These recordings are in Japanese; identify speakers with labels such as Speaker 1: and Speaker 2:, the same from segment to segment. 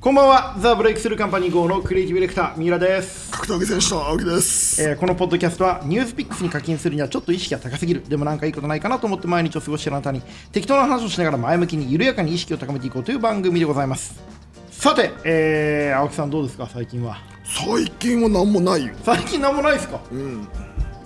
Speaker 1: こんばんは、ザ・ブレイクスルーカンパニー号のクリエイティブディレクター、三浦です、
Speaker 2: 格闘技選手の青木です。
Speaker 1: えーこのポッドキャストは、ニュースピックスに課金するにはちょっと意識が高すぎる、でもなんかいいことないかなと思って毎日を過ごしているあなたに、適当な話をしながら前向きに緩やかに意識を高めていこうという番組でございます。さて、えー、青木さんどうですか、最近は。
Speaker 2: 最近は何もないよ。
Speaker 1: 最近なんもないですか、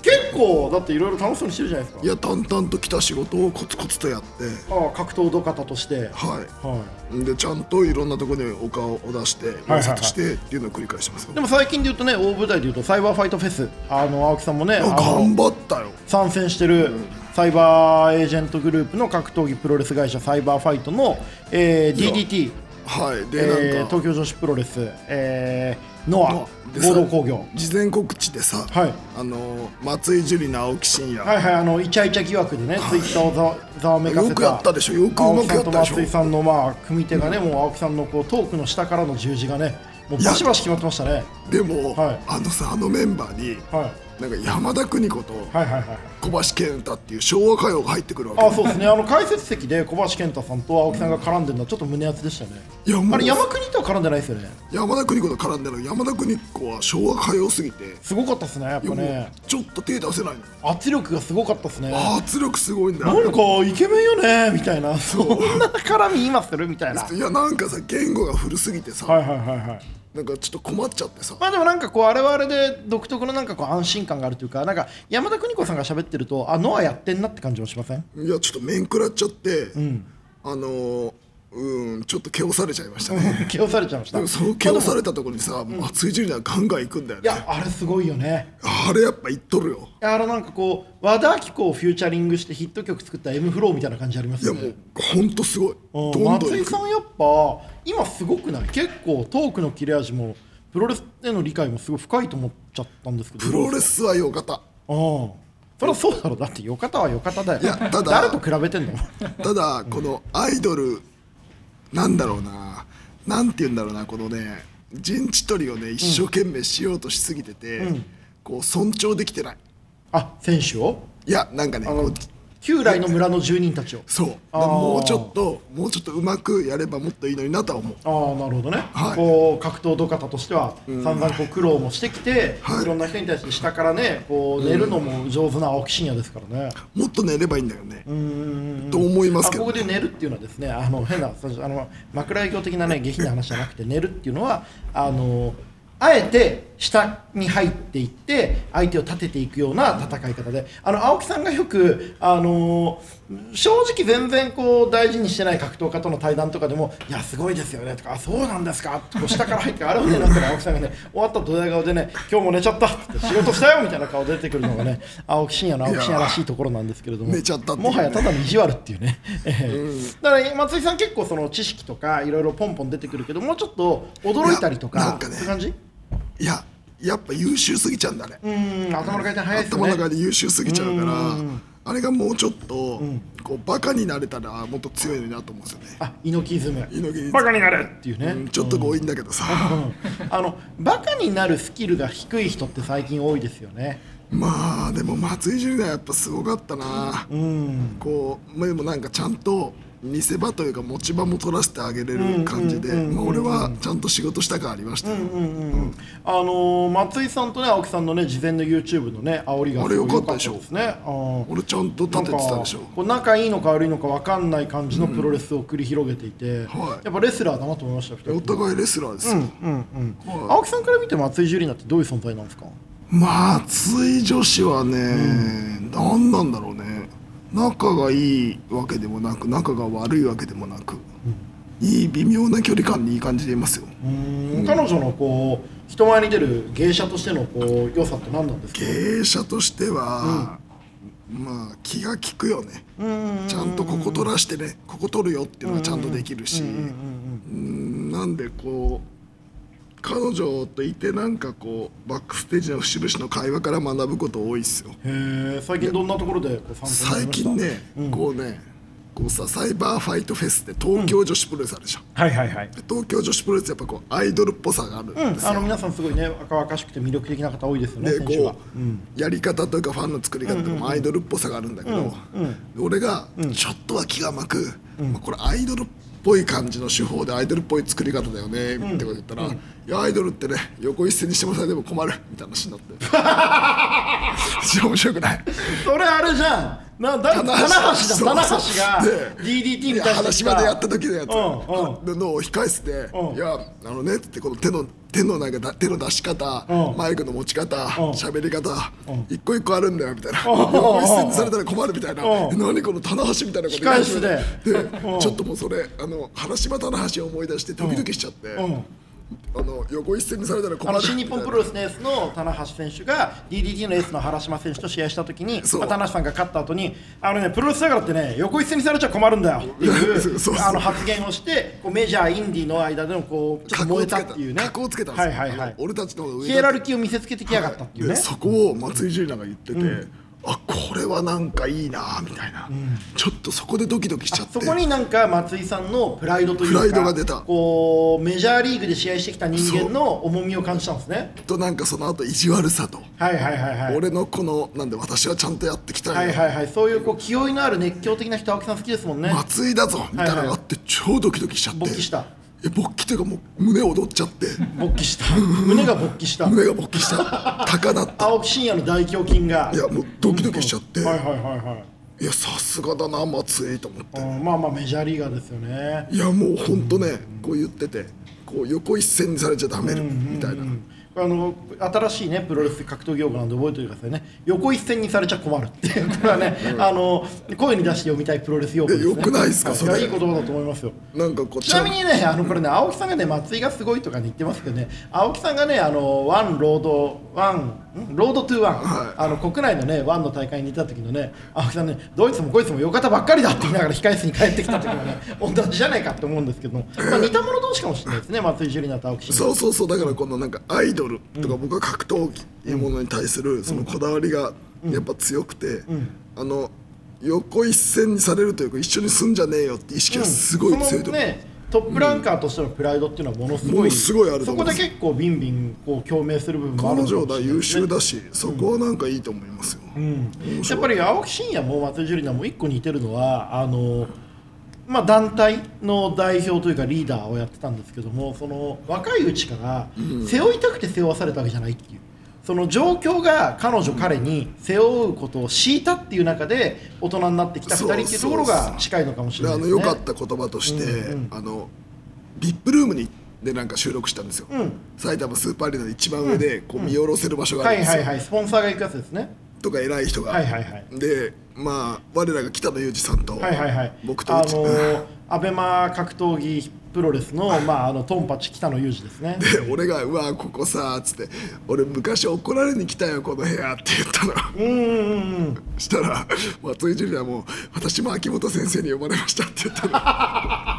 Speaker 1: 結構、だっていろいろ楽しそうにしてるじゃないです
Speaker 2: い
Speaker 1: か。
Speaker 2: や淡々と来た仕事をコツコツとやって、
Speaker 1: ああ格闘土方として、
Speaker 2: は。
Speaker 1: はい
Speaker 2: でちゃんといろんなところにお顔を出して、
Speaker 1: はいはい
Speaker 2: 挨拶してっていうのを繰り返してますよ
Speaker 1: い、で。も最近で言うとね、大舞台で言うと、サイバーファイトフェス、あの青木さんもね、あの
Speaker 2: 頑張ったよ。
Speaker 1: 参戦してるサイバーエージェントグループの格闘技プロレス会社サイバーファイトの、えー DDT、
Speaker 2: はい。
Speaker 1: え
Speaker 2: でなんか、
Speaker 1: ー東京女子プロレス、えーノア
Speaker 2: でさ
Speaker 1: 合同工業
Speaker 2: 事前告知でさ、
Speaker 1: はい
Speaker 2: あの松井樹里の青木真也、
Speaker 1: はいはいあのイチャイチャ疑惑でね、ツイッターをざわざわめかせた
Speaker 2: よくやったでしょよくうまくやったでしょ
Speaker 1: 青木さんと松井さんのまあ組手がね、もう青木さんのこうトークの下からの十字がねもうバシバシ決まってましたね
Speaker 2: でも、
Speaker 1: はい
Speaker 2: あのさあのメンバーに、
Speaker 1: はい
Speaker 2: なんか山田邦子と
Speaker 1: はいはいはい
Speaker 2: 小橋健太っていう昭和歌謡が入ってくるわけ
Speaker 1: あそうですねあの解説席で小橋健太さんと青木さんが絡んでるのはちょっと胸熱でしたね
Speaker 2: いやもう
Speaker 1: あれ山国とは絡んでないですよね
Speaker 2: 山田邦子と絡んでる山田邦子は昭和歌謡すぎて
Speaker 1: すごかったですねやっ
Speaker 2: いや
Speaker 1: ぱね
Speaker 2: もうちょっと手出せないの
Speaker 1: 圧力がすごかったですねなんか
Speaker 2: 圧力すごいんだよ
Speaker 1: イケメンよねみたいなそんな絡み今するみたいなはい
Speaker 2: いやなんかさ言語が古すぎてさ、
Speaker 1: はいはいはい
Speaker 2: なんかちょっと困っちゃってさ
Speaker 1: まあでもなんかこうあれはあれで独特のなんかこう安心感があるというかなんか山田邦子さんが喋ってるとあノアやってんなって感じもしません
Speaker 2: いやちょっと面食らっちゃって、あのーうんちょっとけおされちゃいましたね
Speaker 1: 気をされちゃいましたい
Speaker 2: でもそのけおされたところにさ、松井淳也はガンガン行くんだよね
Speaker 1: やあれすごいよね
Speaker 2: あれやっぱ行っとるよ
Speaker 1: いやあのなんかこう和田アキ子をフューチャリングしてヒット曲作った M フローみたいな感じあります
Speaker 2: いや
Speaker 1: よ
Speaker 2: も
Speaker 1: ね
Speaker 2: うほんとすごいどん
Speaker 1: う
Speaker 2: ど
Speaker 1: ん
Speaker 2: ん行
Speaker 1: 松井
Speaker 2: く
Speaker 1: さんやっぱ今すごくない結構トークの切れ味もプロレスへの理解もすごい深いと思っちゃったんですけど
Speaker 2: プロレスはよかった
Speaker 1: うんそりゃそうだろうだってよかたはよかただよ
Speaker 2: いやただ
Speaker 1: 誰と比べてんの
Speaker 2: ただこのアイドルなんだろうななんて言うんだろうなこのね陣地取りをね一生懸命しようとしすぎてて、こう尊重できてない
Speaker 1: あ選手を
Speaker 2: いやなんかねこう
Speaker 1: 旧来の村の住人たちを
Speaker 2: そう
Speaker 1: あー
Speaker 2: もうちょっともうちょっとうまくやればもっといいのになとは思う
Speaker 1: ああなるほどね、
Speaker 2: はい
Speaker 1: こう格闘土方としては散々こう苦労もしてきて、
Speaker 2: はい
Speaker 1: い、ろんな人に対して下からねこう寝るのも上手な青木真也ですからね、
Speaker 2: もっと寝ればいいんだよねと思いますけ
Speaker 1: あこ
Speaker 2: ど
Speaker 1: こで寝るっていうのはですねあの変なそうあの枕営業的なね下品な話じゃなくて寝るっていうのはあのあえて下に入っていって相手を立てていくような戦い方であの青木さんがよくあの正直全然こう大事にしてない格闘家との対談とかでも「いやすごいですよね」とかあ「そうなんですか」ってこう下から入ってあれをねなんかね青木さんがね終わったドヤ顔でね「今日も寝ちゃった」って仕事したよみたいな顔出てくるのがね青木真也の青木真也らしいところなんですけれども
Speaker 2: 寝ちゃったっていうね
Speaker 1: もはやただの意地悪っていうね、ええだから松井さん結構その知識とかいろいろポンポン出てくるけどもうちょっと驚いたりとか
Speaker 2: いやなんかね
Speaker 1: そういう感じ
Speaker 2: いややっぱ優秀すぎちゃうんだね
Speaker 1: うん頭の回転早いです
Speaker 2: 頭
Speaker 1: よ
Speaker 2: の
Speaker 1: ね
Speaker 2: 中で優秀すぎちゃうからあれがもうちょっとこうバカになれたらもっと強いのになと思うんですよね
Speaker 1: あ猪木イズム
Speaker 2: 猪木イズム
Speaker 1: バカになれっていうね、
Speaker 2: うんちょっと強引だけどさ、
Speaker 1: あのバカになるスキルが低い人って最近多いですよね
Speaker 2: まあでも松井純也はやっぱすごかったな、こうまあでもなんかちゃんと見せ場というか持ち場も取らせてあげれる感じで、まあ、俺はちゃんと仕事した感ありましたよ、
Speaker 1: あのー松井さんとね青木さんのね事前の YouTube のね煽りが
Speaker 2: あれ
Speaker 1: すごい
Speaker 2: 良かったでしょ
Speaker 1: 良ですねうん
Speaker 2: 俺ちゃんと立ててたでしょ
Speaker 1: なんかこう仲いいのか悪いのか分かんない感じのプロレスを繰り広げていて、
Speaker 2: はい
Speaker 1: やっぱレスラーだなと思いました二人
Speaker 2: お互いレスラーですよ、
Speaker 1: 青木さんから見て松井ジュリナってどういう存在なんですか
Speaker 2: 松井女子はね、何なんだろうね仲がいいわけでもなく仲が悪いわけでもなく、いい微妙な距離感でいい感じでいますよ
Speaker 1: 彼女のこう人前に出る芸者としてのこう良さって何なんですか
Speaker 2: 経営者としては、まあ気が利くよね、ちゃんとここ取らしてねここ取るよっていうのはちゃんとできるし、うんなんでこう彼女といてなんかこうバックステージの節々の会話から学ぶこと多いっすよ
Speaker 1: へえ最近どんなところでこう参戦され
Speaker 2: 最
Speaker 1: ました
Speaker 2: 近ね、こうねこうさサイバーファイトフェスって東京女子プロレスあるじゃん、
Speaker 1: はいはいはい
Speaker 2: で東京女子プロレスやっぱこうアイドルっぽさがあるんですよ、
Speaker 1: あの皆さんすごいね若々しくて魅力的な方多いですよね
Speaker 2: で
Speaker 1: 選手は
Speaker 2: こう、やり方というかファンの作り方とかもアイドルっぽさがあるんだけど、俺がちょっとは気が甘く、まあこれアイドルっぽい感じの手法でアイドルっぽい作り方だよねってこと言ったら、いやアイドルってね横一線にしてもらえても困るみたいな話になって それ面白くない
Speaker 1: それあれじゃんなだ棚橋だ棚
Speaker 2: そう
Speaker 1: 橋
Speaker 2: そう
Speaker 1: が
Speaker 2: で
Speaker 1: DDT
Speaker 2: い
Speaker 1: み
Speaker 2: や
Speaker 1: たいな
Speaker 2: 話までやった時のやつ
Speaker 1: うんうん
Speaker 2: ののを控え室で
Speaker 1: うん
Speaker 2: 「いやあのね」ってこの手の手のなんかだ手の出し方
Speaker 1: うん
Speaker 2: マイクの持ち方喋り方
Speaker 1: ん
Speaker 2: 一個一個あるんだよみたいな
Speaker 1: うん
Speaker 2: 横一線にされたら困るみたいな
Speaker 1: うん
Speaker 2: え何この棚橋みたいなこと
Speaker 1: 控え室で
Speaker 2: で
Speaker 1: うん
Speaker 2: ちょっともうそれあの原島棚橋を思い出してドキドキしちゃって
Speaker 1: うん
Speaker 2: あの横一線にされたら困
Speaker 1: あ
Speaker 2: る
Speaker 1: の新日本プロレスのエースの棚橋選手が DDT のエースの原島選手と試合した時に、
Speaker 2: そう
Speaker 1: まあ棚橋さんが勝った後にあのねプロレスだからってね横一線にされちゃ困るんだよってい
Speaker 2: そう
Speaker 1: う
Speaker 2: そう
Speaker 1: あの発言をしてこうメジャーインディーの間でのこうちょっと
Speaker 2: 格好
Speaker 1: 燃
Speaker 2: を
Speaker 1: え
Speaker 2: つ
Speaker 1: た
Speaker 2: け
Speaker 1: ったていうね
Speaker 2: 格好をつけたん
Speaker 1: は
Speaker 2: で
Speaker 1: い
Speaker 2: すよ
Speaker 1: はいはい
Speaker 2: 俺たちの方が上だ
Speaker 1: ヒエラルキーを見せつけてきやがったっていうね
Speaker 2: でそこを松井純奈が言ってて、あこれはなんかいいなみたいな、ちょっとそこでドキドキしちゃっ
Speaker 1: そ
Speaker 2: て
Speaker 1: こになんか松井さんのプライドというか
Speaker 2: プライドが出た
Speaker 1: こうメジャーリーグで試合してきた人間の重みを感じたんですね
Speaker 2: となんかその後意地悪さと、
Speaker 1: はいはいはいはい
Speaker 2: 俺のこのなんで私はちゃんとやってきたよ、
Speaker 1: はいはいはいそういうこう気負いのある熱狂的な人青木さん好きですもんね
Speaker 2: 松井だぞみたいなのがあって超ドキドキしちゃって
Speaker 1: 勃起した
Speaker 2: え勃起というかもう胸躍っちゃって
Speaker 1: 勃起した 胸が勃起した
Speaker 2: 胸が勃起した高鳴って
Speaker 1: 青木真也の大胸筋が
Speaker 2: いやもうドキドキしちゃって、
Speaker 1: はいはいはいはい
Speaker 2: いやさすがだな松井と思って
Speaker 1: うんまあまあメジャーリーガーですよね
Speaker 2: いやもうほんとねこう言っててこう横一線にされちゃダメみたいな、
Speaker 1: あの新しいねプロレス格闘技用語なんで覚えておいてくださいね横一線にされちゃ困るっていうこれはね、あの声に出して読みたいプロレス用語です、ね、
Speaker 2: えよくないですか
Speaker 1: は
Speaker 2: それ
Speaker 1: いやいい言葉だと思いますよ
Speaker 2: なんかこう
Speaker 1: ちなみにね、あのこれね、青木さんがね、松井がすごいとかね言ってますけどね、青木さんがね、あのワンロード、ワン、んロードトゥーワン、あの国内のね、ワンの大会に出た時のね、青木さんね、どいつもこいつもよかったばっかりだって言いながら控え室に帰ってきた時もね、同じじゃないかと思うんですけども、まあ、似た者同士かもしれないですね、松井ジュリナと青木真也
Speaker 2: そうそうそうだからこのなんかアイドルとか僕は格闘技というものに対するそのこだわりがやっぱ強くて、あの横一線にされるというか一緒に住んじゃねえよって意識がすごい強い
Speaker 1: そ
Speaker 2: と
Speaker 1: の
Speaker 2: 思う、
Speaker 1: ねトップランカーとしてのプライドっていうのはものすご
Speaker 2: も
Speaker 1: い、
Speaker 2: のすごいあると
Speaker 1: そ
Speaker 2: 思
Speaker 1: こ
Speaker 2: いま
Speaker 1: です結構ビンビンこう共鳴する部分もある
Speaker 2: 彼
Speaker 1: のかも
Speaker 2: 女だ
Speaker 1: しれない
Speaker 2: 優秀だし、そこはなんかいいと思いますよ、
Speaker 1: やっぱり青木真也も松井樹里奈も一個似てるのはあの、まあ、団体の代表というかリーダーをやってたんですけどもその若いうちから背負いたくて背負わされたわけじゃないっていう。その状況が彼女彼に背負うことを強いたっていう中で大人になってきた2人っていうところが近いのかもしれ
Speaker 2: で
Speaker 1: な
Speaker 2: あ
Speaker 1: いで
Speaker 2: の
Speaker 1: す
Speaker 2: 良
Speaker 1: ね。
Speaker 2: かった言葉として、あのビップルームにでなんか収録したんですよ、埼玉スーパーアリーナの一番上でこう見下ろせる場所があ
Speaker 1: は
Speaker 2: るん
Speaker 1: い
Speaker 2: ですよ、
Speaker 1: はいはいスポンサーが行くやつですね。
Speaker 2: とか偉い人が、
Speaker 1: はいはいはい
Speaker 2: でまあ我らが北野裕二さんと、
Speaker 1: はいはいはい、
Speaker 2: 僕と
Speaker 1: あ
Speaker 2: う
Speaker 1: の
Speaker 2: ち
Speaker 1: ー、アベマ格闘技プロレス の,、まあ、あのトンパチ北野裕二ですね。
Speaker 2: で 俺が「うわここさ」っつって「俺昔怒られに来たよこの部屋」って言ったの
Speaker 1: うんうんうんうん
Speaker 2: したら松井ジュリアも「私も秋元先生に呼ばれました」って言った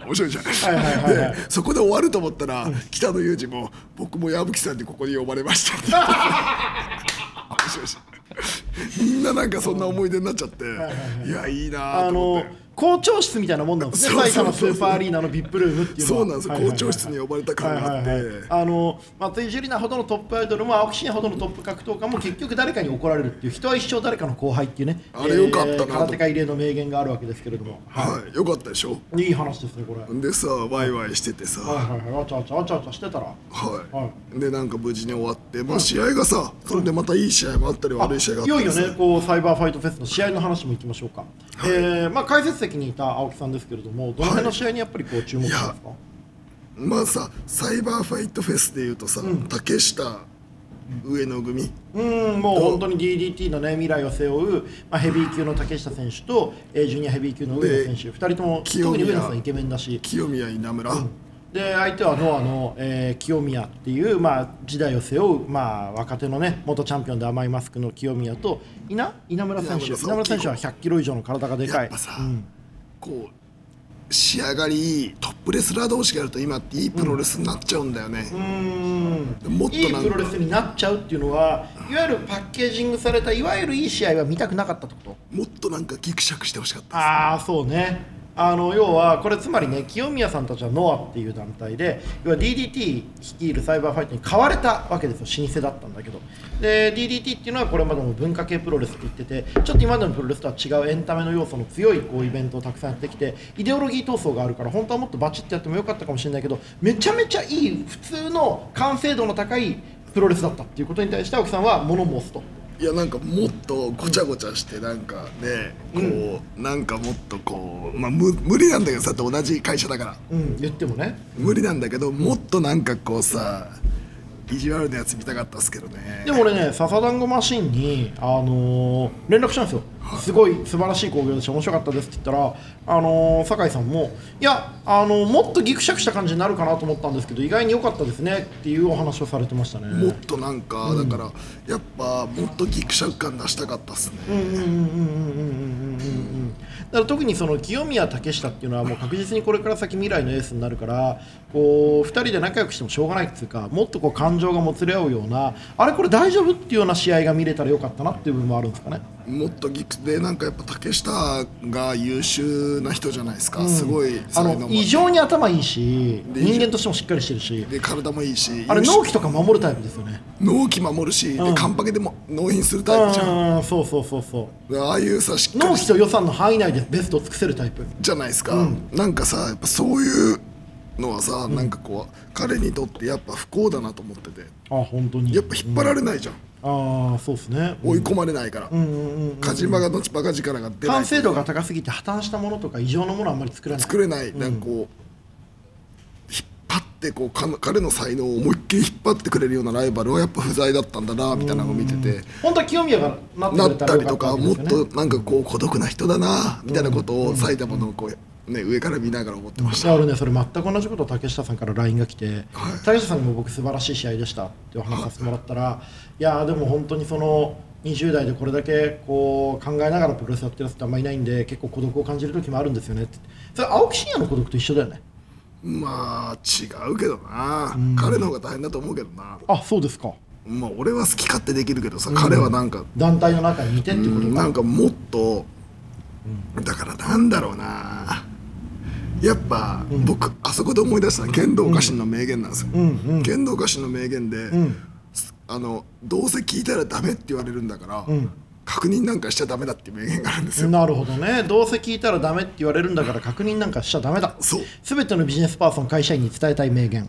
Speaker 2: の面白いじゃん、
Speaker 1: はいはいはい
Speaker 2: でそこで終わると思ったら、北野裕二も「僕も矢吹さんにここに呼ばれまし た」って言った面白いじゃんみんななんかそんな思い出になっちゃって、いやいいな
Speaker 1: あ
Speaker 2: ぁと思っ
Speaker 1: の
Speaker 2: て。
Speaker 1: 校長室みたいなもんなんですね、
Speaker 2: そうそう
Speaker 1: 埼
Speaker 2: そう
Speaker 1: 玉スーパーアリーナの VIP ルームっていうのは
Speaker 2: そうなんですよ、
Speaker 1: はいはい
Speaker 2: 校
Speaker 1: はい
Speaker 2: 長室に呼ばれた感があって、
Speaker 1: はいはいはいあの松井樹里奈ほどのトップアイドルも青木真也ほどのトップ格闘家も結局誰かに怒られるっていう人は一生誰かの後輩っていうね
Speaker 2: あれよかったなと
Speaker 1: 空手家異例の名言があるわけですけれども、
Speaker 2: はい、よかったでしょ
Speaker 1: い、いい話ですねこれ、はい
Speaker 2: でさワイワイしててさ、は
Speaker 1: はいはいあちゃあちゃあちゃあちゃしてたら
Speaker 2: い
Speaker 1: は
Speaker 2: でなんか無事に終わって、まあ、試合がさそれでまたいい試合もあったり悪い試合があ
Speaker 1: い
Speaker 2: った
Speaker 1: よい
Speaker 2: り
Speaker 1: よ
Speaker 2: さ
Speaker 1: ねこうサイバーファイトフェスの試合の話もいきましょうか、えーまあ、解説席にいた青木さんですけれどもどの辺の試合にやっぱりこう注目しますか、
Speaker 2: まあさサイバーファイトフェスでいうとさ、竹下上野組
Speaker 1: うんもう本当に DDT の、ね、未来を背負う、まあ、ヘビー級の竹下選手と、えージュニアヘビー級の上野選手2人とも特
Speaker 2: 清宮
Speaker 1: に上野さんイケメンだし
Speaker 2: 清宮稲村、
Speaker 1: で相手はノアの、えー清宮っていう、まあ、時代を背負う、まあ、若手の、ね、元チャンピオンで甘いマスクの清宮と稲稲村選手
Speaker 2: 稲村
Speaker 1: 稲
Speaker 2: さん
Speaker 1: 村選手は100キロ以上の体がでか
Speaker 2: やっ
Speaker 1: い
Speaker 2: ぱさ、
Speaker 1: うん
Speaker 2: こう仕上がりいいトップレスラー同士がやると今っていいプロレスになっちゃうんだよね、もっと
Speaker 1: いい
Speaker 2: なん
Speaker 1: プロ
Speaker 2: か
Speaker 1: レスになっちゃうっていうのはいわゆるパッケージングされたいわゆるいい試合は見たくなかったってこと
Speaker 2: もっとなんかギクシャクしてほしかった
Speaker 1: ああそうねあの要はこれつまりね清宮さんたちはノアっていう団体で要は DDT 率いるサイバーファイトに買われたわけですよ老舗だったんだけどで DDT っていうのはこれまでも文化系プロレスって言っててちょっと今までのプロレスとは違うエンタメの要素の強いこうイベントをたくさんやってきてイデオロギー闘争があるから本当はもっとバチッとやってもよかったかもしれないけどめちゃめちゃいい普通の完成度の高いプロレスだったっていうことに対して青木さんは物申すと。
Speaker 2: いやなんかもっとごちゃごちゃしてなんかね、こうなんかもっとこうまあむ無理なんだけどさって同じ会社だから
Speaker 1: うん、言ってもね
Speaker 2: 無理なんだけどもっとなんかこうさ意地悪なやつ見たかったっすけどね
Speaker 1: でも俺ね笹団子マシンに、あのー連絡したんですよすごい素晴らしい興行でした面白かったですって言ったら、あのー酒井さんもいや、あのーもっとギクシャクした感じになるかなと思ったんですけど意外に良かったですねっていうお話をされてましたね
Speaker 2: もっとなんか、だからやっぱもっとギクシャク感出したかったっすね、
Speaker 1: だから特にその清宮竹下っていうのはもう確実にこれから先未来のエースになるからこう2人で仲良くしてもしょうがないっていうかもっとこう感情がもつれ合うようなあれこれ大丈夫っていうような試合が見れたらよかったなっていう部分もあるんですかね。
Speaker 2: もっとギクでなんかやっぱ竹下が優秀な人じゃないですか、すごい
Speaker 1: あ
Speaker 2: 才能も
Speaker 1: の異常に頭いいし人間としてもしっかりしてるし
Speaker 2: で体もいいし
Speaker 1: あれ
Speaker 2: 優秀
Speaker 1: 納期とか守るタイプですよね
Speaker 2: 納期守るし、でカンパケでも納品するタイプじゃん、
Speaker 1: うんそうそうそうそ
Speaker 2: ああいうさし
Speaker 1: う
Speaker 2: っか
Speaker 1: 納
Speaker 2: り
Speaker 1: 期と予算の範囲内でベストを尽くせるタイプ
Speaker 2: じゃないですか、なんかさやっぱそういうのはさ、なんかこう彼にとってやっぱ不幸だなと思ってて
Speaker 1: あ本当に
Speaker 2: やっぱ引っ張られないじゃん、
Speaker 1: ああそうですね
Speaker 2: 追い込まれないから、カジマがのちバカ力が出ない
Speaker 1: 完成度が高すぎて破綻したものとか異常のものはあんまり作らない
Speaker 2: 作れないなんかこう、引っ張ってこうか彼の才能を思いっきり引っ張ってくれるようなライバルはやっぱ不在だったんだなみたいなのを見てて。
Speaker 1: 本当は清宮がなって
Speaker 2: な
Speaker 1: く
Speaker 2: っ
Speaker 1: れた
Speaker 2: た
Speaker 1: ら
Speaker 2: り
Speaker 1: よかったわ
Speaker 2: とか
Speaker 1: け
Speaker 2: も
Speaker 1: で
Speaker 2: っ
Speaker 1: すよ
Speaker 2: と
Speaker 1: ね
Speaker 2: なんかこう孤独な人だなみたいなことを埼玉のこう、ね、上から見ながら思ってまし
Speaker 1: いや
Speaker 2: た
Speaker 1: 俺ねそれ全く同じことを竹下さんから LINE が来て、竹下さんにも僕素晴らしい試合でしたってお話させてもらったら、い、やーでも本当にその20代でこれだけこう考えながらプロレスやってるやつってあんまいないんで結構孤独を感じる時もあるんですよねってそれ青木真也の孤独と一緒だよね
Speaker 2: まあ違うけどな、彼の方が大変だと思うけどな
Speaker 1: あそうですか
Speaker 2: まあ俺は好き勝手できるけどさ、彼はなんか、
Speaker 1: 団体の中にいてってこと
Speaker 2: な
Speaker 1: か、
Speaker 2: んかもっとだからなんだろうなやっぱ、僕あそこで思い出した剣道家臣の名言なんですよ、剣道家臣の名言で、あのどうせ聞いたらダメって言われるんだから、確認なんかしちゃダメだっていう名言があるんですよ
Speaker 1: なるほどねどうせ聞いたらダメって言われるんだから確認なんかしちゃダメだ
Speaker 2: そう
Speaker 1: 全てのビジネスパーソン会社員に伝えたい名言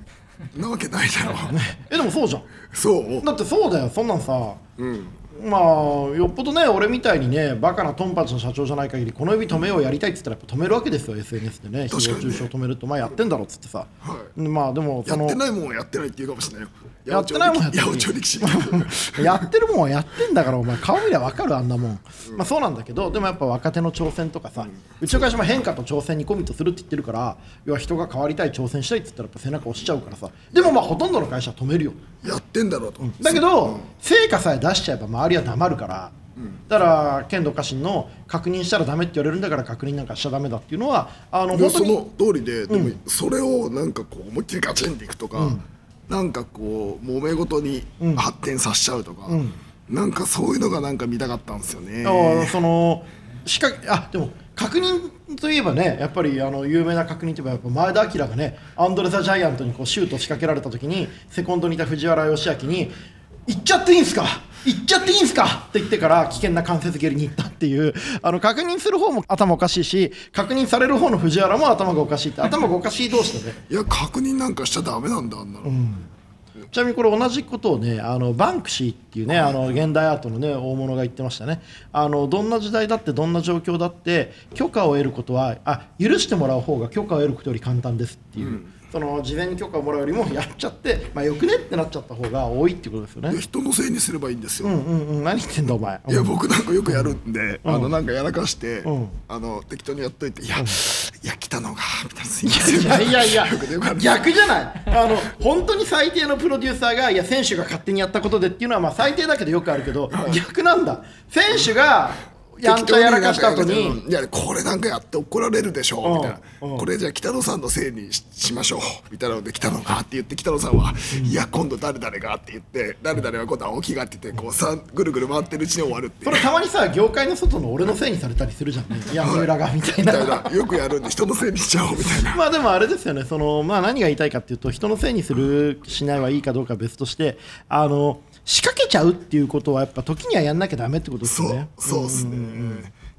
Speaker 2: なわけないだろ
Speaker 1: えでもそうじゃん
Speaker 2: うそう
Speaker 1: だってそうだよそんなんさ
Speaker 2: うん
Speaker 1: まあよっぽどね俺みたいにねバカなトンパチの社長じゃない限りこの指止めようやりたいっつったらやっぱ止めるわけですよ SNS でね
Speaker 2: 確か
Speaker 1: 誹
Speaker 2: に
Speaker 1: 謗中傷止めるとまあやってんだろっつってさ、
Speaker 2: はい
Speaker 1: まあでも
Speaker 2: や
Speaker 1: そ
Speaker 2: っ
Speaker 1: の
Speaker 2: てないもんはやってないって言うかもしれないよ
Speaker 1: やってないもんはやってない
Speaker 2: 八百長力士
Speaker 1: やってるもんはやってんだからお前顔見りゃ分かるあんなもん、まあそうなんだけどでもやっぱ若手の挑戦とかさ、うちの会社も変化と挑戦にコミットするって言ってるから要は人が変わりたい挑戦したいっつったらやっぱ背中押しちゃうからさでもまあほとんどの会社は止めるよ
Speaker 2: やってんだろうと、
Speaker 1: だけど、成果さえ出しちゃえば周りは黙るから、だから剣道家臣の確認したらダメって言われるんだから確認なんかしちゃダメだっていうのはあの
Speaker 2: で
Speaker 1: 本当
Speaker 2: そ
Speaker 1: に
Speaker 2: の通りで、でもそれをなんかこう思いっきりガチンっていくとか、なんかこう揉め事に発展させちゃうとか、なんかそういうのがなんか見たかったんですよね。
Speaker 1: あそのしかあでも確認といえばねやっぱりあの有名な確認といえばやっぱ前田明がねアンドレ・ザ・ジャイアントにこうシュートを仕掛けられた時にセコンドにいた藤原義明に「行っちゃっていいんすか行っちゃっていいんすか!」って言ってから危険な関節蹴りに行ったっていうあの確認する方も頭おかしいし確認される方の藤原も頭がおかしいって頭がおかしい同士でね
Speaker 2: いや確認なんかしちゃダメなんだあんなの、
Speaker 1: ちなみにこれ同じことをねあのバンクシーっていうねあの現代アートのね大物が言ってましたねあのどんな時代だってどんな状況だって許可を得ることはあ許してもらう方が許可を得ることより簡単ですっていう、その事前に許可をもらうよりもやっちゃって、まあ、よくねってなっちゃった方が多いってことですよ
Speaker 2: いや
Speaker 1: ね。
Speaker 2: 人のせいにすればいいんですよ、
Speaker 1: うんうんうん、何言ってんだお前。
Speaker 2: いや僕なんかよくやるんで、あのなんかやらかして、
Speaker 1: ん
Speaker 2: あの適当にやっといて「いや、いや来たのが」みたいな「すいません」
Speaker 1: いやいやいや
Speaker 2: よくねよくある
Speaker 1: 逆じゃないあの本当に最低のプロデューサーがいや選手が勝手にやったことでっていうのはまあ最低だけどよくあるけど逆なんだ選手がやんちゃやらかした後に
Speaker 2: うんいやこれなんかやって怒られるでしょ
Speaker 1: うん
Speaker 2: みたい
Speaker 1: うん
Speaker 2: なこれじゃあ北野さんのせいにししましょうみたいなので北野がって言って北野さんは「いや今度誰々が」って言って誰々は今度青木がって言ってこうさぐるぐる回ってるうちに終わるってい
Speaker 1: そうれたまにさ業界の外の俺のせいにされたりするじゃんね いや三浦がみたい
Speaker 2: みたい
Speaker 1: な
Speaker 2: なよくやるんで人のせいにしちゃおうみたいな
Speaker 1: まあでもあれですよねその、まあ、何が言いたいかっていうと人のせいにするしないはいいかどうかは別としてあの仕掛けちゃうっていうことはやっぱ時にはやんなきゃダメってことです
Speaker 2: そ
Speaker 1: よ
Speaker 2: う
Speaker 1: ね。
Speaker 2: そうっすね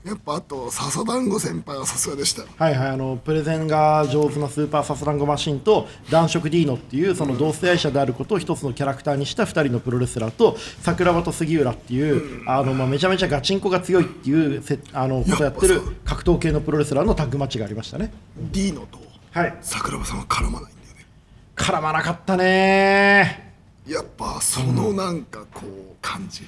Speaker 2: やっぱあと笹団子先輩はさすがでした
Speaker 1: はいはい、あのプレゼンが上手なスーパーサスランゴマシンと男色ディーノっていうその同性愛者であることを一つのキャラクターにした2人のプロレスラーと桜庭と杉浦っていうあの、まあ、めちゃめちゃガチンコが強いっていうせあのことをやってる格闘系のプロレスラーのタッグマッチがありましたね。
Speaker 2: ディーノと
Speaker 1: はい、
Speaker 2: 桜庭さんは絡まないんだよね
Speaker 1: 絡まなかったね
Speaker 2: やっぱそのなんかこう感じ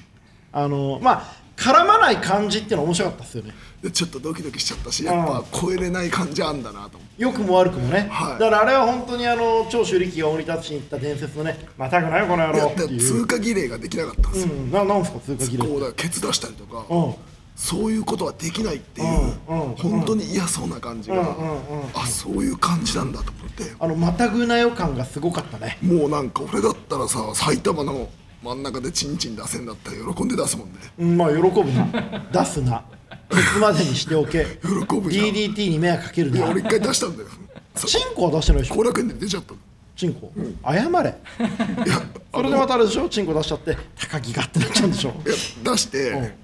Speaker 1: あのまあ絡まない感じっていうのは面白かったですよね
Speaker 2: でちょっとドキドキしちゃったしやっぱ超えれない感じあんだなと思って
Speaker 1: 良くも悪くもね、
Speaker 2: はい
Speaker 1: だからあれは本当にあの長州力が降り立ちに行った伝説のねまたくないよこの野
Speaker 2: いや
Speaker 1: 郎って
Speaker 2: でも
Speaker 1: いう
Speaker 2: 通過儀礼ができなかったんですよ、
Speaker 1: うん、ななんすか通過儀礼
Speaker 2: こうだケツ出したりとか、
Speaker 1: うん
Speaker 2: そういうことはできないっていう、
Speaker 1: うんうん
Speaker 2: 本当に嫌そうな感じが、
Speaker 1: うんうんうん
Speaker 2: あそういう感じなんだと思って
Speaker 1: あのまたぐな予感がすごかったね
Speaker 2: もうなんか俺だったらさ埼玉の真ん中でチンチン出せんだったら喜んで出すもんね
Speaker 1: うんまあ喜ぶな 出すな鉄までにしておけ
Speaker 2: 喜ぶじゃん
Speaker 1: DDT に迷惑かける
Speaker 2: いや
Speaker 1: な
Speaker 2: 俺一回出したんだよさ
Speaker 1: チンコは出してないでしょ
Speaker 2: 後楽園で出ちゃったの
Speaker 1: チンコ、謝れ
Speaker 2: いや
Speaker 1: それでまたあれでしょチンコ出しちゃって高木がってなっちゃうんでし ょ
Speaker 2: いや出して、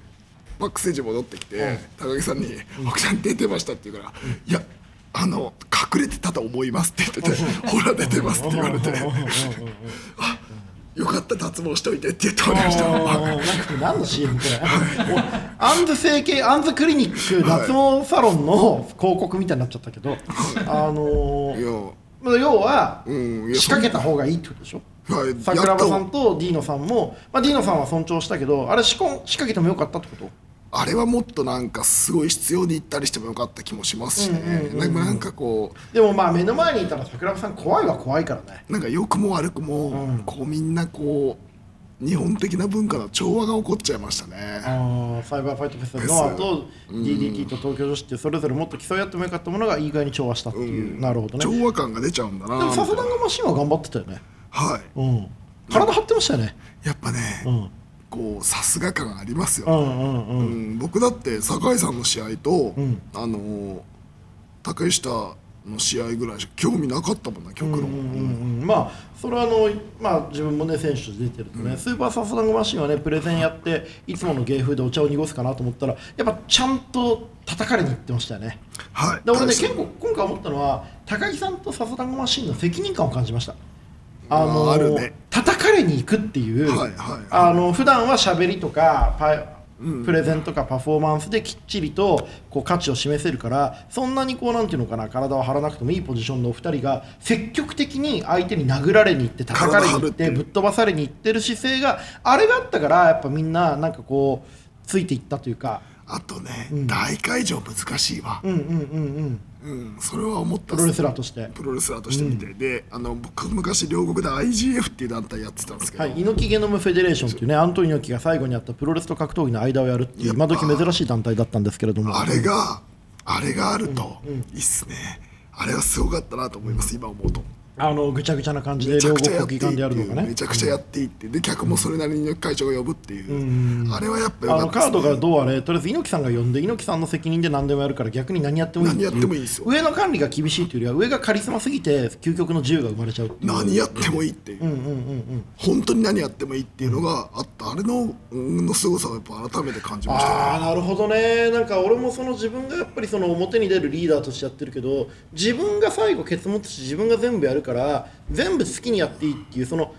Speaker 2: バックステージ戻ってきて、高木さんに「奥さん出てました」って言うから「いやあの隠れてたと思います」って言ってて「ほら出てます」って言われて「あよかった脱毛しといて」って言っておりました
Speaker 1: なんか何の CM これアンズ整形アンズクリニック脱毛サロンの広告みたいになっちゃったけど、あの
Speaker 2: い
Speaker 1: ー、
Speaker 2: や
Speaker 1: まあ要は
Speaker 2: うんいや
Speaker 1: 仕掛けた方がいいってことでしょ
Speaker 2: はい
Speaker 1: 桜
Speaker 2: や
Speaker 1: 庭
Speaker 2: っと
Speaker 1: さんとディーノさんも、まあ、ディーノさんは尊重したけどあれ仕込ん仕掛けてもよかったってこと
Speaker 2: あれはもっとなんかすごい必要に行ったりしてもよかった気もしますしね、なんかなんかこう
Speaker 1: でもまあ目の前にいたら桜庭さん怖いは怖いからね
Speaker 2: なんか良くも悪くも、こうみんなこう日本的な文化の調和が起こっちゃいましたね。
Speaker 1: あーサイバーファイトフェス
Speaker 2: フェス
Speaker 1: ノアと DDT と東京女子ってそれぞれもっと競い合ってもよかったものがいい具合に調和したっていう、なるほどねで
Speaker 2: 調和感が出ちゃうんだな
Speaker 1: も
Speaker 2: みた
Speaker 1: さ
Speaker 2: い
Speaker 1: す
Speaker 2: な
Speaker 1: がのマシンは頑張ってたよね
Speaker 2: は
Speaker 1: うん体張ってましたよね
Speaker 2: いやっぱね、
Speaker 1: うん
Speaker 2: こうさすが感あります
Speaker 1: う
Speaker 2: よ、
Speaker 1: んうんう
Speaker 2: うん
Speaker 1: ん
Speaker 2: 僕だって酒井さんの試合と、
Speaker 1: ん
Speaker 2: あのー竹下の試合ぐらいしか興味なかったもんな極論、
Speaker 1: うんうんまあそれはあの、まあ、自分もね選手として出てるとね、スーパーサスランゴマシンはねプレゼンやっていつもの芸風でお茶を濁すかなと思ったらやっぱちゃんと叩かれに行ってましたよね
Speaker 2: はい
Speaker 1: で俺ね
Speaker 2: 大した
Speaker 1: 結構今回思ったのは高木さんとサスランゴマシンの責任感を感じました
Speaker 2: あー
Speaker 1: あの
Speaker 2: あるね
Speaker 1: 叩かれに行くっていう、
Speaker 2: はいはいはい
Speaker 1: あの普段は喋りとかパイプレゼンとかパフォーマンスできっちりとこう価値を示せるからそんなにこうなんていうのかな体を張らなくてもいいポジションのお二人が積極的に相手に殴られに行って叩かれに行っ
Speaker 2: 体張
Speaker 1: て
Speaker 2: るって
Speaker 1: ぶっ飛ばされに行ってる姿勢があれがあったからやっぱみんななんかこうついていったというか
Speaker 2: あとね、大会場難しいわ、
Speaker 1: うんうんうんうん
Speaker 2: うんそれは思った
Speaker 1: プロレスラーとして
Speaker 2: プロレスラーとしてみて、であの僕昔両国で IGF っていう団体やってたんですけど、
Speaker 1: はい、猪木ゲノムフェデレーションっていうねアントニオ猪木が最後にあったプロレスと格闘技の間をやるっていう今時珍しい団体だったんですけれども
Speaker 2: あれがあれがあると、いいっすねあれはすごかったなと思います今思うと。
Speaker 1: あのぐちゃぐちゃな感じで
Speaker 2: めちゃ
Speaker 1: 両
Speaker 2: くちゃ
Speaker 1: 国
Speaker 2: や
Speaker 1: 国
Speaker 2: ってい
Speaker 1: 技
Speaker 2: い
Speaker 1: 館
Speaker 2: って
Speaker 1: でやるの
Speaker 2: い
Speaker 1: が
Speaker 2: う
Speaker 1: ね
Speaker 2: めちゃくちゃやっていいってで客もそれなりに会長が呼ぶっていうあれはやっぱよ
Speaker 1: あ
Speaker 2: か
Speaker 1: の
Speaker 2: った
Speaker 1: カー
Speaker 2: です
Speaker 1: ドがどうあれとりあえず猪木さんが呼んで猪木さんの責任で何でもやるから逆に何やってもいい
Speaker 2: 何やってもいいんですよ
Speaker 1: 上の管理が厳しいというよりは上がカリスマすぎて究極の自由が生まれちゃうっていう
Speaker 2: 何やってもいいっていう,、本当に何やってもいいっていうのがあったあれのうんの凄さをやっぱ改めて感じましたね
Speaker 1: ああなるほどねなんか俺もその自分がやっぱりその表に出るリーダーとしてやってるけど自分が最後ケツ持つし自分が全部やるから全部好きにやっていいっていうその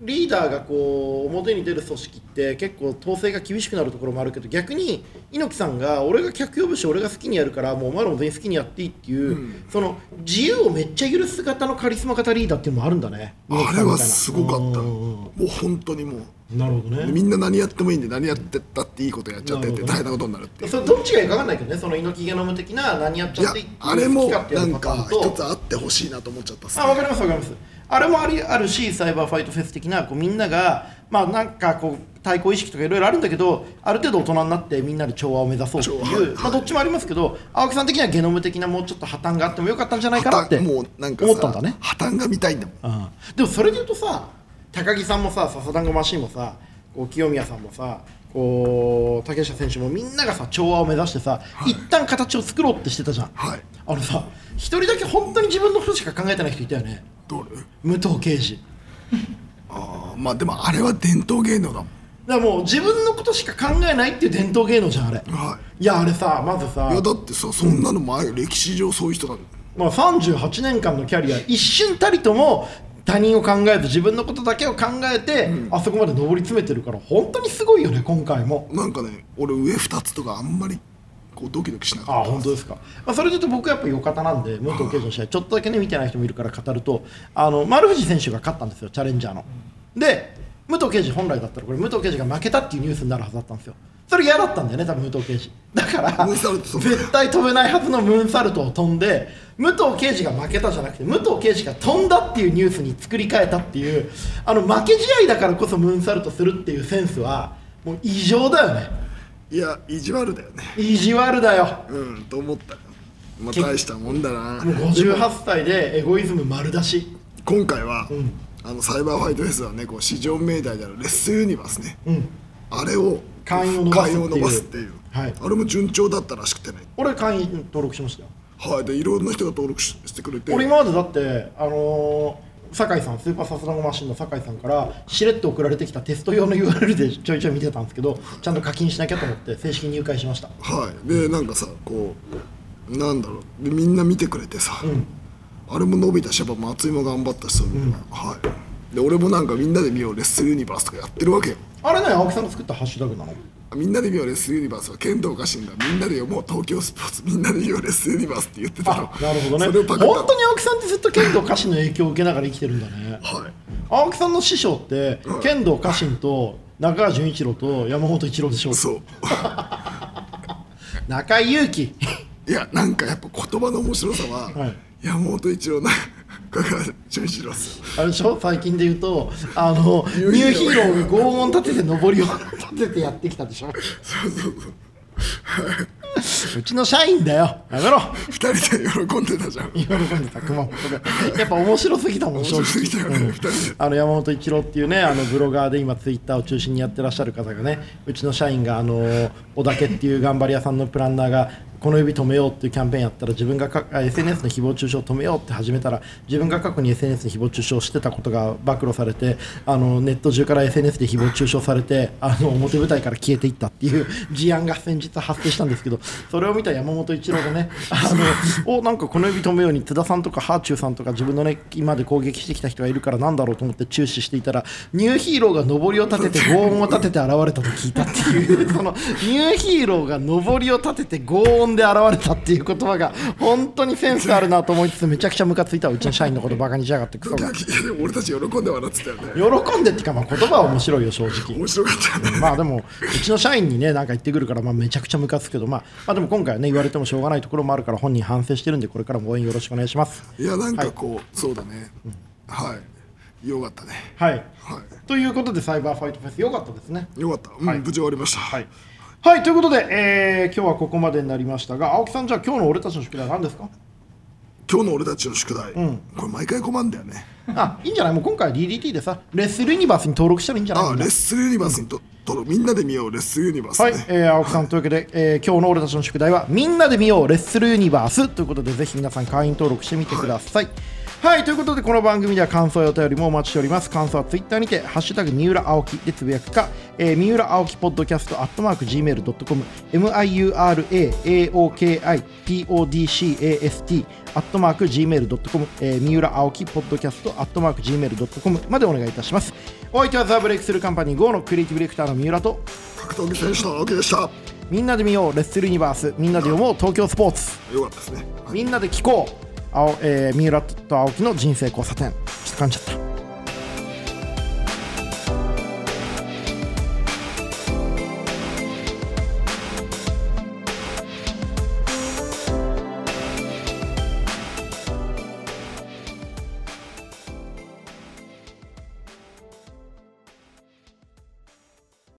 Speaker 1: リーダーがこう表に出る組織って結構統制が厳しくなるところもあるけど逆に猪木さんが俺が客呼ぶし俺が好きにやるからもうお前らも全員好きにやっていいっていう、その自由をめっちゃ許す型のカリスマ型リーダーっていうのもあるんだね
Speaker 2: あれはすごか
Speaker 1: 猪木
Speaker 2: っ
Speaker 1: さ
Speaker 2: た
Speaker 1: んみ
Speaker 2: もう本当にも
Speaker 1: たいななるほど
Speaker 2: う
Speaker 1: ね
Speaker 2: みんな何やってもいいんで何やってったっていいことやっちゃってて大変なことになるっていう
Speaker 1: それどっちがいいか分かんないけどねその猪木ゲノム的な何やっち
Speaker 2: い
Speaker 1: ゃ
Speaker 2: や
Speaker 1: っていいって
Speaker 2: あれも
Speaker 1: 好き勝手や
Speaker 2: な
Speaker 1: る
Speaker 2: ん
Speaker 1: パター
Speaker 2: か
Speaker 1: ンと
Speaker 2: 一つあってほしいなと思っちゃったっすね
Speaker 1: あ分かります分かりますあれもありあるしサイバーファイトフェス的なこうみんながまあなんかこう対抗意識とかいろいろあるんだけどある程度大人になってみんなで調和を目指そうって
Speaker 2: 調和
Speaker 1: い
Speaker 2: は
Speaker 1: う、
Speaker 2: い
Speaker 1: まあ、どっちもありますけど青木さん的にはゲノム的なもうちょっと破綻があってもよかったんじゃないかなって
Speaker 2: 破綻も
Speaker 1: 思
Speaker 2: うなんかさ
Speaker 1: ったんだね。
Speaker 2: 破綻が見たいんだもん
Speaker 1: うんでもそれで言うとさ高木さんもさ笹団子マシンもさこう清宮さんもさこう竹下選手もみんながさ調和を目指してさ、一旦形を作ろうってしてたじゃん、
Speaker 2: はい
Speaker 1: あのさ一人だけ本当に自分のことしか考えてない人いたよね
Speaker 2: どれ
Speaker 1: 武藤敬司
Speaker 2: あーまあでもあれは伝統芸能だもん
Speaker 1: だからもう自分のことしか考えないっていう伝統芸能じゃんあれ
Speaker 2: はい
Speaker 1: やあれさまずさ
Speaker 2: いやだってさそんなの前歴史上そういう人だもん
Speaker 1: まあ、38年間のキャリア一瞬たりとも他人を考えず自分のことだけを考えて、あそこまで上り詰めてるから本当にすごいよね今回も。
Speaker 2: なんかね俺上2つとかあんまりこうドキドキしなか
Speaker 1: あ
Speaker 2: っ
Speaker 1: 本当ですか、まあ、それで言うと僕はやっぱよかたなんで武藤敬司の試合ちょっとだけね見てない人もいるから語るとあの丸藤選手が勝ったんですよチャレンジャーの。で武藤敬司本来だったらこれ武藤敬司が負けたっていうニュースになるはずだったんですよ。それ嫌だったんだよね多分武藤敬司だから
Speaker 2: ムーンサルト
Speaker 1: 絶対飛べないはずのムーンサルトを飛んで武藤敬司が負けたじゃなくて武藤敬司が飛んだっていうニュースに作り変えたっていうあの負け試合だからこそムーンサルトするっていうセンスはもう異常だよね
Speaker 2: たいや意地悪だよね
Speaker 1: 意地悪だよ
Speaker 2: うんと思ったよまあ
Speaker 1: 結
Speaker 2: 大したもんだな
Speaker 1: もう58歳でエゴイズム丸出し、
Speaker 2: 今回は、あのサイバーファイトフェスはねこう史上命題であるレッスンユニバースね、
Speaker 1: うん、
Speaker 2: あれを
Speaker 1: 会員を伸ばすっていう
Speaker 2: 会員を伸ばすっていう、
Speaker 1: はい
Speaker 2: あれも順調だったらしくてね
Speaker 1: 俺会員登録しましたよ、
Speaker 2: はいでいろんな人が登録ししてくれて
Speaker 1: 俺今までだってあのー酒井さんスーパーサスラゴマシンの酒井さんからしれっと送られてきたテスト用の URL でちょいちょい見てたんですけどちゃんと課金しなきゃと思って正式に入会しました
Speaker 2: はいでなんかさこうなんだろうでみんな見てくれてさ、あれも伸びたしやっぱ松井も頑張ったしそういうのがはいで俺もなんかみんなで見ようレッスンユニバースとかやってるわけよ
Speaker 1: あれね青木さんの作ったハッシュタグなの
Speaker 2: みんなで見ようレッスンユニバースは剣道家臣がみんなで読もう東京スポーツみんなで見ようレッスンユニバースって言ってたの
Speaker 1: あなるほどね
Speaker 2: それをパクったの
Speaker 1: 本当に青木さんってずっと剣道家臣の影響を受けながら生きてるんだね
Speaker 2: はい
Speaker 1: 青木さんの師匠って剣道家臣と中川純一郎と山本一郎でしょ
Speaker 2: そう
Speaker 1: 中井祐樹
Speaker 2: いやなんかやっぱ言葉の面白さは、
Speaker 1: はい
Speaker 2: 山本一郎な香川純一郎です
Speaker 1: あれでしょ最近で言う とあのニュ
Speaker 2: ニュ
Speaker 1: ー
Speaker 2: ー
Speaker 1: ヒー
Speaker 2: ヒー
Speaker 1: ロ
Speaker 2: ロ
Speaker 1: ーが拷問立てて上りを立ててやってきたでしょ
Speaker 2: そうそうそ う
Speaker 1: うちの社員だよや めろ
Speaker 2: 2人で喜んでたじゃん
Speaker 1: 喜んでた熊本がやっぱ面白すぎたもん
Speaker 2: 面白すぎたよね、二人で
Speaker 1: あの山本一郎っていうねあのブロガーで今ツイッターを中心にやってらっしゃる方がねうちの社員があのおだけっていう頑張り屋さんのプランナーがこの指止めようっていうキャンペーンやったら自分がかあ SNS の誹謗中傷を止めようって始めたら自分が過去に SNS の誹謗中傷をしてたことが暴露されてあのネット中から SNS で誹謗中傷されてあの表舞台から消えていったっていう事案が先日発生したんですけどそれを見た山本一郎がねあのおなんかこの指止めように津田さんとかハーチューさんとか自分のね今まで攻撃してきた人がいるからなんだろうと思って注視していたらニューヒーローが上りを立てて轟音を立てて現れたと聞いたっていう そのニューヒーローが上りを立てて轟音で現れたっていう言葉が本当にセンスあるなと思いつつめちゃくちゃムカついたうちの社員のことバカにしやがってクソが
Speaker 2: い や俺たち喜んで笑ってたよね
Speaker 1: 喜んでっていうかまあ言葉は面白いよ正直。
Speaker 2: 面白かったよね
Speaker 1: まあでも、うちの社員にね、なんか言ってくるから、まあめちゃくちゃムカつくけど、まあ、まあでも今回はね、言われてもしょうがないところもあるから、本人反省してるんで、これからも応援よろしくお願いします。
Speaker 2: いやなんかこう、そうだね、はいよかったね
Speaker 1: はい。
Speaker 2: は
Speaker 1: ということで、サイバーファイトフェス、良かったですね。
Speaker 2: いよかった、うん無事終わりました、
Speaker 1: はい。はい、ということで、えー今日はここまでになりましたが、青木さん、じゃあ今日の俺たちの宿題は何です か
Speaker 2: 今日の俺たちの宿題、これ毎回困るんだよね
Speaker 1: あ、いいんじゃないもう今回は DDT でさ、レッスルユニバースに登録したらいいんじゃない
Speaker 2: ああレッスンユニバースにと、とろみんなで見ようレッスンユニバース
Speaker 1: は
Speaker 2: ね、
Speaker 1: い、えー青木さんというわけで、えー今日の俺たちの宿題はみんなで見ようレッスルユニバースということでぜひ皆さん会員登録してみてください。はい、ということでこの番組では感想やお便りもお待ちしております。感想はツイッターにて「ハッシュタグ三浦青木」でつぶやくか、えー三浦青木ポッドキャストアットマーク Gmail.com miuraaokipodcast アットマーク Gmail.com、えー三浦青木ポッドキャストアットマーク Gmail.com までお願いいたします。お相手はザ・ブレイクスルーカンパニー GO のクリエイティブディレクターの三浦と
Speaker 2: 格闘技選手の青木でした
Speaker 1: みんなで見ようレッスルユニバースみんなで読もう東京スポーツ
Speaker 2: よかったですね、は
Speaker 1: み
Speaker 2: い
Speaker 1: んなで聞こう青、えー、三浦と青木の人生交差点ちょっと噛んじゃった